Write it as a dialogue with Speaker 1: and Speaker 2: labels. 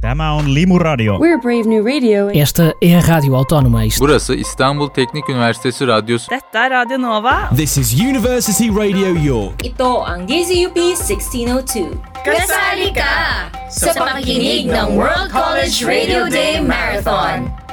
Speaker 1: Tämä on Limu Radio.
Speaker 2: We're Brave New Radio.
Speaker 3: Esta é a Rádio Autónoma. Isto
Speaker 4: Burası İstanbul Teknik Üniversitesi Radyosu.
Speaker 5: Dette er Radio Nova.
Speaker 6: This is University Radio York.
Speaker 7: Ito ang DZUP 1602. Kasali ka sa pakikinig ng World College Radio Day Marathon.